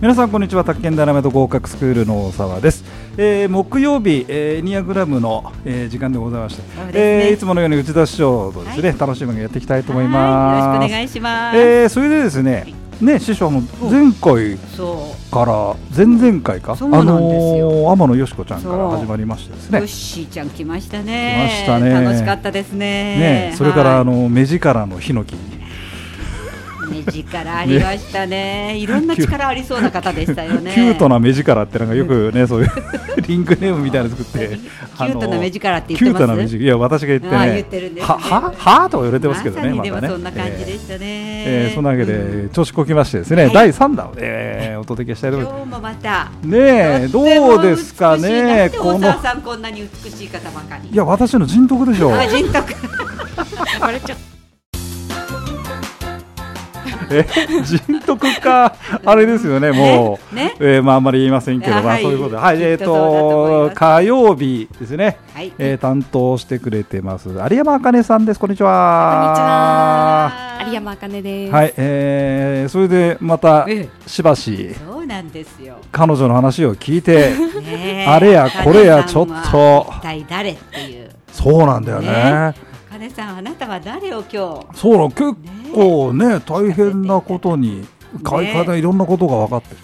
皆さんこんにちは宅建ダイナメイト合格スクールの大沢です、えー、木曜日、えー、エニアグラムの、えー、時間でございまして、そうですねえーいつものように内田師匠とですね、楽しみがやっていきたいと思いますはいよろしくお願いします。えーそれでですねね師匠あの前回そから前々回かそうなんですあのーよ天野よしこちゃんかそらう始まりましてですう、ねヨッシーちゃん来ましたね。来ましたね楽しかったですね。ねそれからはあいの目力のヒノキ目力ありましたね。いろんな力ありそうな方でしたよね。キュートな目力ってなんかよくね、そういう リングネームみたいなの作って、キュートな目力ってキ言ってューます。トな目力、いや、私が言ってああね、言ってるんですねはははとか言われてますけどね、まさにでまたもねそんな感じでしたね。えーえーそんなわけうんで、調子こきましてですね、はい第三弾を、えーお届けしたいと思いま今日もまた。す。ねえ、どうですかね、ここの。大の、沢さんこんなに美しい方ばかり。いや、私の人徳でしょう。あ人徳。 あれちょっえ人徳 か、あれですよね、もう、とね。えーまあ、あんまり言いませんけど、まあ、はいそういうことで、はい、きっとえっ、そうだと思いとま、す火曜日ですね。はい。えー、担当してくれてます有山茜さんですこんにちは有山あかねです。はい、えー、それでまたえしばしえそうなんですよ。彼女の話を聞いて ねえあれやこれやちょっと金さんは一体誰っていうそうなんだよねね金さんあなたは誰を今日そうなの結構ね大変なことに会会でいろんなことが分かってる、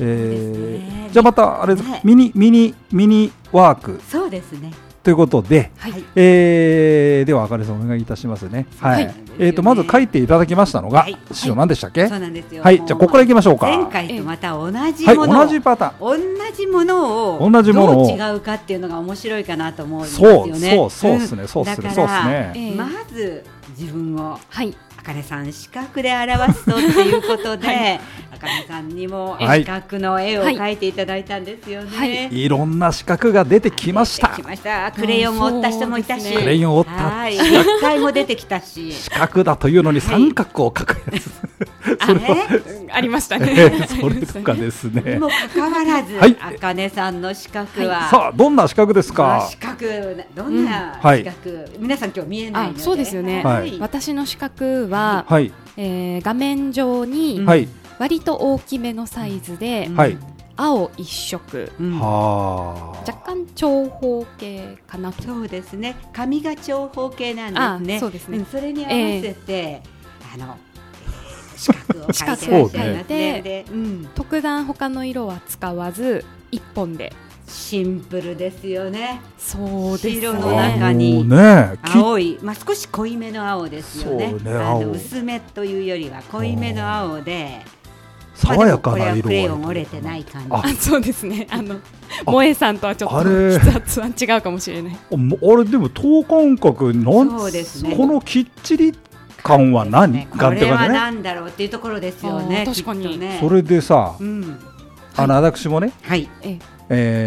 えそうですねー、じゃあまたあれです、ねミニミニミニワークそうですねということで、はいえー、ではあかねさんお願いいたしますねはい、はいえー、とまず書いていただきましたのが、はい師匠何でしたっけ、そうなんですよはい、もうじゃあここから行きましょうか。前回とまた同じはい、ものを同じパターン。同じものを同じものをどう違うかっていうのが面白いかなと思うんですそよう、ねそう、そうですね、そうですね、だそうでかすらね。ええまず自分をはい。あかねさん視覚で表すとっていうことで、あかねさんにもはい視覚の絵をはい描いていただいたんですよね、はいいろんな資格が出てきました来。ました。クレヨンを折った人もいたし、そうですねクレヨンを折ったはい、立体も出てき たし、資格だというのに三角を書くやつ。あれありましたえねえ。 それとかですにねも。かかわらず、はいあかねさんの資格は、さあ、どんな資格ですまあか資。格どんなはい資格、皆さん今日見えないので、あそうですよねはい 私の資格は、はい、えー画面上にうんはい、割と大きめのサイズで、うんはい。青一色、うんは若干長方形かなと。そうですね。髪が長方形なんですね。あそうですねんそれに合わせて、あの資格を描いてらっしゃい ますね。そうねで、うん、特段他の色は使わず一本で。シンプルですよね。そうですねです白のあ。中ね。あにのね、き青い、まあ、少し濃いめの青ですよねそうねあ青の薄めというよりは濃いめの青でまあ爽やかなでもこれは色クレ合いヨン折れてない感じああ、そうですね。あの萌えさんとはちょっあとれ筆圧は違うかもしれない。あもうあれでも等間隔なんそうですねこのきっちり感は何ねかこってれ感はじね。何だろうっていうところですよねあー確かにきっとねそれでさう、んあの私もね、はいええー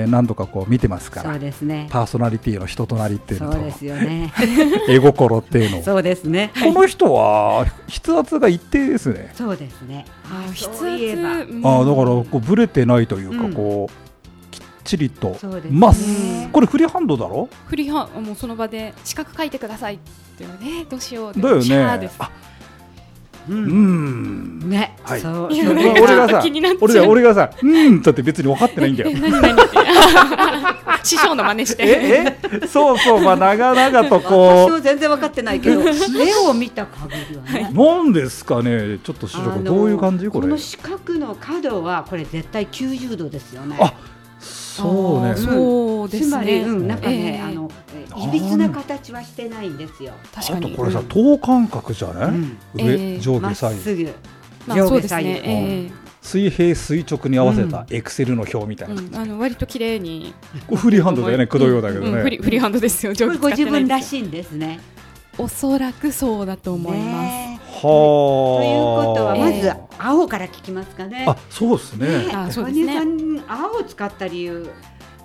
何度かこう見てますかそうら。ですねパーソナリティの人となりっていうそのうとですよね 絵心っていうのをそうですねこの人は筆圧が一定ですね。そうですねあーそういえばうんああだからこうぶれてないというか、うんこうきっちりとそうですねまっすこれフリーハンドだろ？フリーハンもうその場で四角書いてくださいっていうねどうしようってだよシャーねで。あううんん。ねはいそういやそ俺れなんががかちょっさと気になっちゃう俺が俺がさうんだって別に分かってないんだ よ。何何って師匠の真似してええそうそうまあ長々とこ私は全然分かってない けど絵を見た限りはねうなんですかねちょっと師匠こあれのどういう感じこれの？四角の角はこれ絶対90度ですよね。あそうねあー。そうでつすまり、ね、うん、なんかね、ええあの、えなんいびつな形はしてないんですよ。確あかとにこれさ等間隔じゃうね？ん上えー上まっ下左右。すぐ。まあ上そ下うです左右ね、ええ水平垂直に合わせたエクセルの表みたいな、うん、あの割と綺麗にこれフリーハンドだよね、くどいようだけどね、うんフリフリーハンドですよこ上れ手ご自分らいしいんですね。おそらくそうだと思います、ねはあえということは、まえず青から聞きますかね。あそうですねねえ、あそう小ですね西さん、青を使った理由。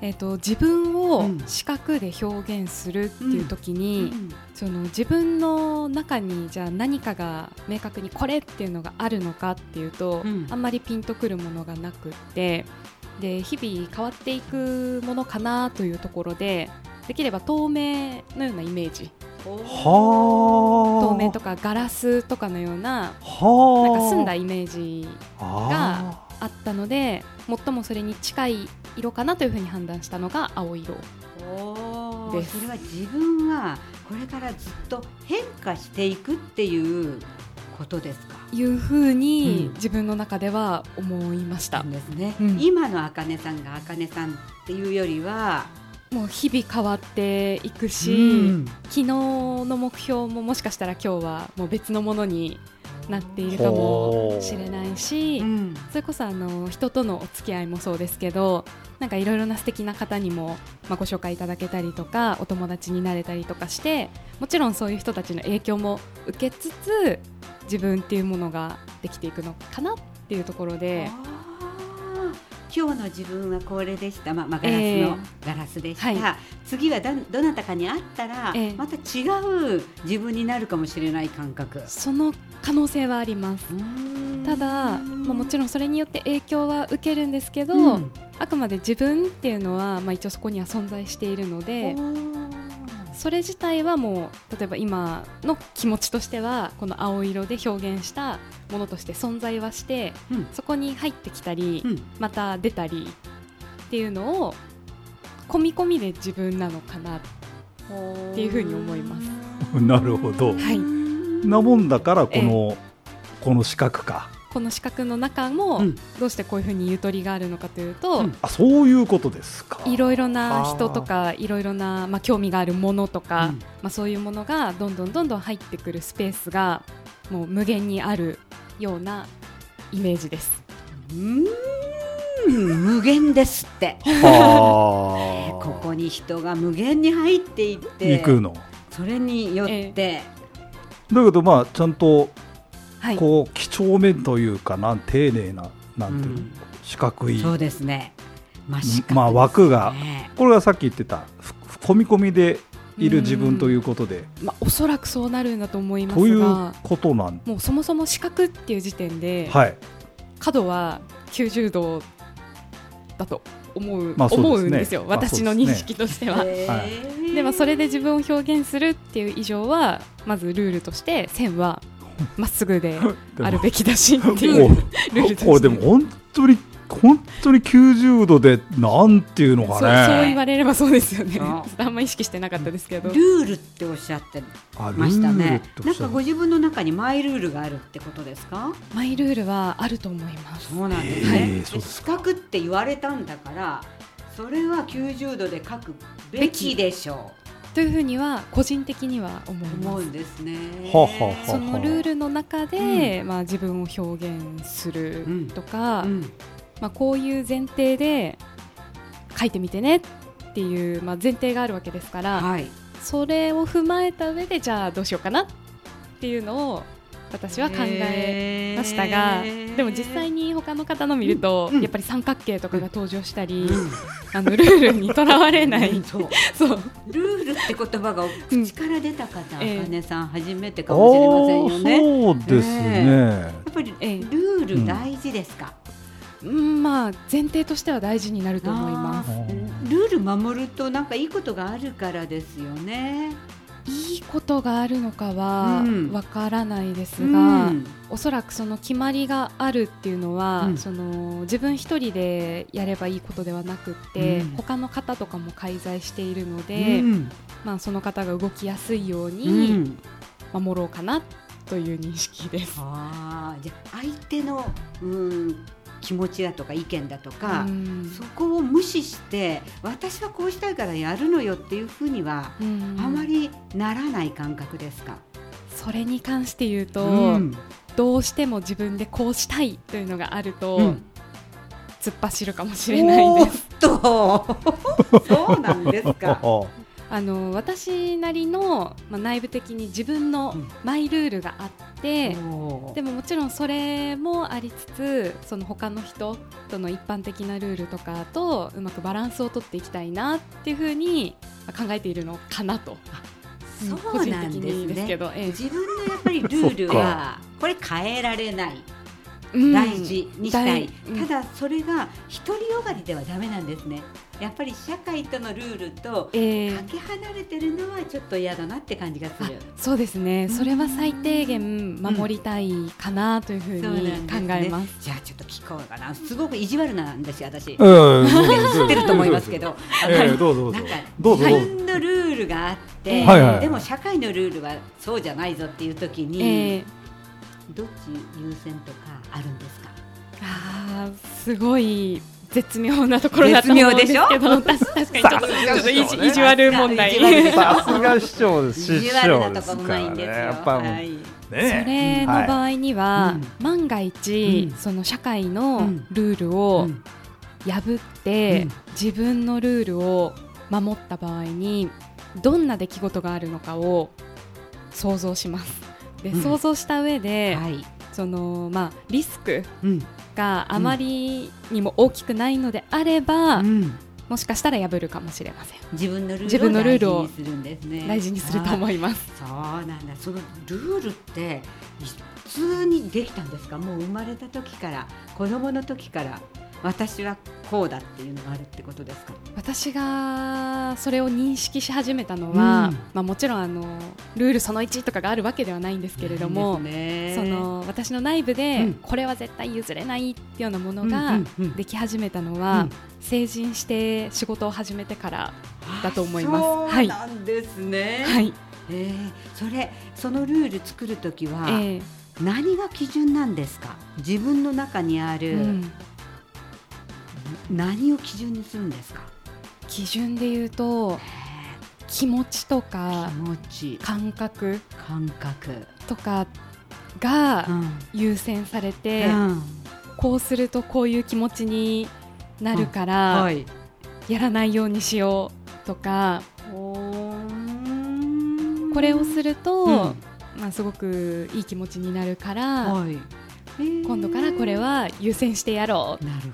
えっと自分うをん視覚で表現するっていう時に、うんその自分の中にじゃあ何かが明確にこれっていうのがあるのかっていうと、うんあんまりピンとくるものがなくってで日々変わっていくものかなというところでできれば透明のようなイメージはあ透明とかガラスとかのようなはあなんか澄んだイメージがああったので最もそれに近い色かなというふうに判断したのが青色おーですそれは自分がこれからずっと変化していくっていうことですか。いうふうにうん自分の中では思いました、ですね、うん今のあかねさんがあかねさんっていうよりは、もう日々変わっていくし、うん昨日の目標ももしかしたら今日はもう別のものになっているかほもうしれないし、うんそれこそあの人とのお付き合いもそうですけどなんかいろいろな素敵な方にも、まあ、ご紹介いただけたりとかお友達になれたりとかしてもちろんそういう人たちの影響も受けつつ自分っていうものができていくのかなっていうところであー今日の自分はこれでした、まあまあ、ガラスの、ええガラスでした、はい次はだどなたかに会ったら、ええまた違う自分になるかもしれない感覚。その可能性はあります。ただ、まあ、もちろんそれによって影響は受けるんですけど、うんあくまで自分っていうのは、まあ、一応そこには存在しているのでおーそれ自体はもう例えば今の気持ちとしてはこの青色で表現したものとして存在はしてうんそこに入ってきたり、うんまた出たりっていうのを込み込みで自分なのかなっていうふうに思いま す。なるほどはいなもんだからこの、この四角かこの四角の中もうんどうしてこういうふうにゆとりがあるのかというと、うんあそういうことですかいろいろな人とかいろいろな、まあ、興味があるものとか、うんまあ、そういうものがどんどんどんどん入ってくるスペースがもう無限にあるようなイメージです。うーん無限ですってあー ここに人が無限に入っていって行くのそれによって、だけどまあちゃんとはい、こう几帳面というかなん丁寧ななんていうの、うん四角いそうですね、まあうん四角まあ枠がですねこれがさっき言ってたふ込み込みでいる自分ということでまあ、おそらくそうなるんだと思いまといすうがことなんもうそもそも四角っていう時点で、はい角は90度だと思う,、まあそうですね思うんですよまあ私のそうです認ね識としては。へーでもそれで自分を表現するっていう以上はまずルールとして線はまっすぐであるべきだしっ ていうもルールとしてこれでも本当に本当に90度でなんていうのそうかそうね言われればそうですよねちそょうっと あんま意識してなかったですけどルールっておっしゃってあルましたールっねておなっんしゃかるご自分の中にマイルールがあるってことですかマイルールはあると思いますそうなんですへね、ーでそうです四角って言われたんだからそれは90度で書くべきでしょというふうには個人的には思いう思まうすんですねはあはあはあそのルールの中で、まあ、自分を表現するとか、うんまあ、こういう前提で書いてみてねっていう、まあ、前提があるわけですから、はいそれを踏まえた上でじゃあどうしようかなっていうのを私は考えましたが、でも実際に、に他の方の見ると、うんうんやっぱり三角形とかが登場したり、うんあのルールにとらわれな いそうそうルールって言葉がお口から出た方、あかええねさん初めてかもしれませんよね。あやーそうですねっぱりルええール大事ですか。うんまあ前提としては大事になると思いますあールール守るとなんかいいことがあるからですよね。いいことがあるのかはうんわからないですうが、んおそらくその決まりがあるっていうのは、うんその自分一人でやればいいことではなくって、うん他の方とかも介在しているのうで、んまあ、その方が動きやすいよううにん守ろうかなという認識です。あーじゃあ相手のうん気持ちだとか意見だとか、うんそこを無視して私はこうしたいからやるのよっていうふうには、うんあまりならない感覚ですか。それに関して言うと、うんどうしても自分でこうしたいというのがあると、うん突っ走るかもしれないです。おーっとそうなんです か。はあの私なりの、まあ、内部的に自分のうんマイルールがあって、でももちろんそれもありつつその他の人との一般的なルールとかとうまくバランスを取っていきたいなっていうふうにまあ考えているのかなとも個そう人なん的ですにですけね。ど、ええ自分のやっぱりルールはこれ変えられない。うん大事にしたい、大うんただそれが独りよがりではダメなんですねやっぱり社会とのルールとえかーけ離れてるのはちょっと嫌だなって感じがすあるそうですね、それは最低限守りたいかなというふうそうになんで考すねえます。じゃあちょっと聞こうかなすごく意地悪なんですよ私うん、知ってると思いますけど、ええどうぞどうぞなんかどうぞ自どうぞ分のルールがあって、はいはいでも社会のルールはそうじゃないぞっていう時えに、ーどっち優先とかあるんですかあーすごい絶妙なところだと思うんですけど、絶確 確かにちょっとちょっと意地意地悪問意題。地悪でしょさすが市長 です意市地長悪でなとすこかもならいんねですよ、やっぱもうはねいそれの場合には、はい万が一、うんその社会うのんルールをうん破って、うん自分のルールを守った場合にどんな出来事があるのかを想像します。でうん想像した上で、はいそのまあ、リスクうんがあまりにも大きくないのであれば、うんもしかしたら破るかもしれません。自分のル自分のルーールルをを大事にするんですね大事にすると思います。そうなんだそのルールっていつにできたんですかもう生まれた時から子供の時から私はこうだっていうのがあるってことですか私がそれを認識し始めたのは、うんまあ、もちろんあのルールその1とかがあるわけではないんですけれども、いいですそねの私の内部うでんこれは絶対譲れないっていうようなものうがんうんうんでき始めたのうはん成人して仕事を始めてから、だと思いますあはいそうなんですね、はいえーそれそのルール作る時は、え何が基準なんですか自分の中にあえる、うん何を基準にするんですか、基準で言うと気持ちとか気持ち感覚感覚、とかうがん優先されて、うんこうするとこういう気持ちになるから。はいやらないようにしようとかここれをすると、うんまあ、すごくいい気持ちになるから、はいえー今度からこれは優先してやろう、なるほ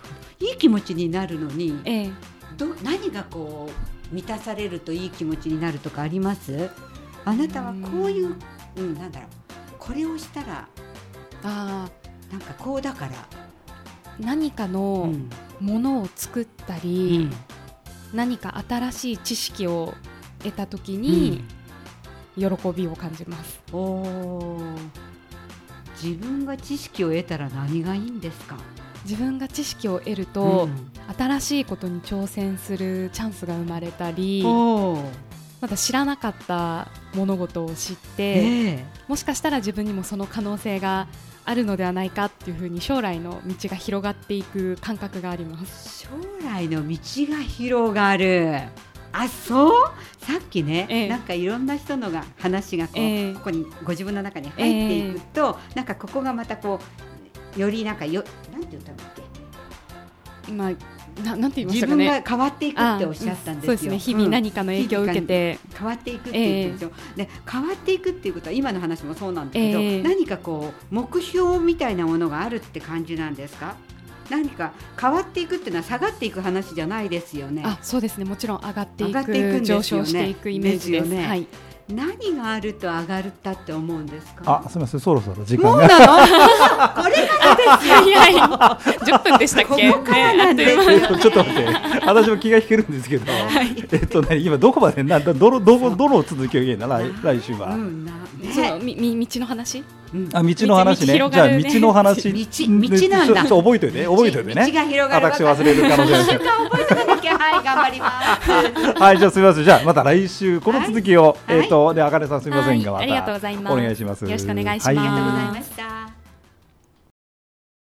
どいい気持ちになるのにええ、ど何がこう満たされるといい気持ちになるとかありますあなたはこういう、うん、なんだろうこれをしたらあなんかこうだから、ー何かうのんものを作ったり、何か新しい知識を得た時に喜びを感じます、うんおー自分が知識を得たら何がいいんですか自分が知識を得ると、うん新しいことに挑戦するチャンスが生まれたりおーまだ知らなかった物事を知って、ねもしかしたら自分にもその可能性があるのではないかっていうふうに将来の道が広がっていく感覚があります。将来の道が広がるあそうさっきね、ええなんかいろんな人のが話がこう、ええここにご自分の中に入っていくと、なんかここがまたこうよりなんかよなんて言ったんだっけ今ななんて言いまし自たか分ね。が変わっていくあっておっしゃったんですよ。そうですね。日々うん何かの影響を受けて、変わっていくって言ってるでしょ、で変わっていくっていうことは今の話もそうなんだけど、ええ何かこう目標みたいなものがあるって感じなんですか何か変わっていくっていうのは下がっていく話じゃないですよね。あそうですね。もちろん上がってい上がっくていくんですよ上ね昇していくイメージでです。すよねはい。何があると上がるったって思うんですかあすみませんそろそろ時も間がうなのこれからですよ早い。 十分でしたっけ？ここからなんですよねあえっとっという間ちょっと待って私も気が引けるんですけど、えっとね今どこまでなんだどのどこどの続きを言えんだ来来週は、うんなそうねみみ道の話？うんあ道の話ね道道広じゃがある道ねの話道道なんだちょちょ覚えといて覚えといてね道が広がる私忘れる可 能性ある一週間覚えとかなきゃはい頑張 りますはい、じゃあすみません。じゃあまた来週この続きを、はいえっ、とであかねさんすみませんがまはたいありがとうございまおす。願いします。よろしくお願いします。はありがとうございました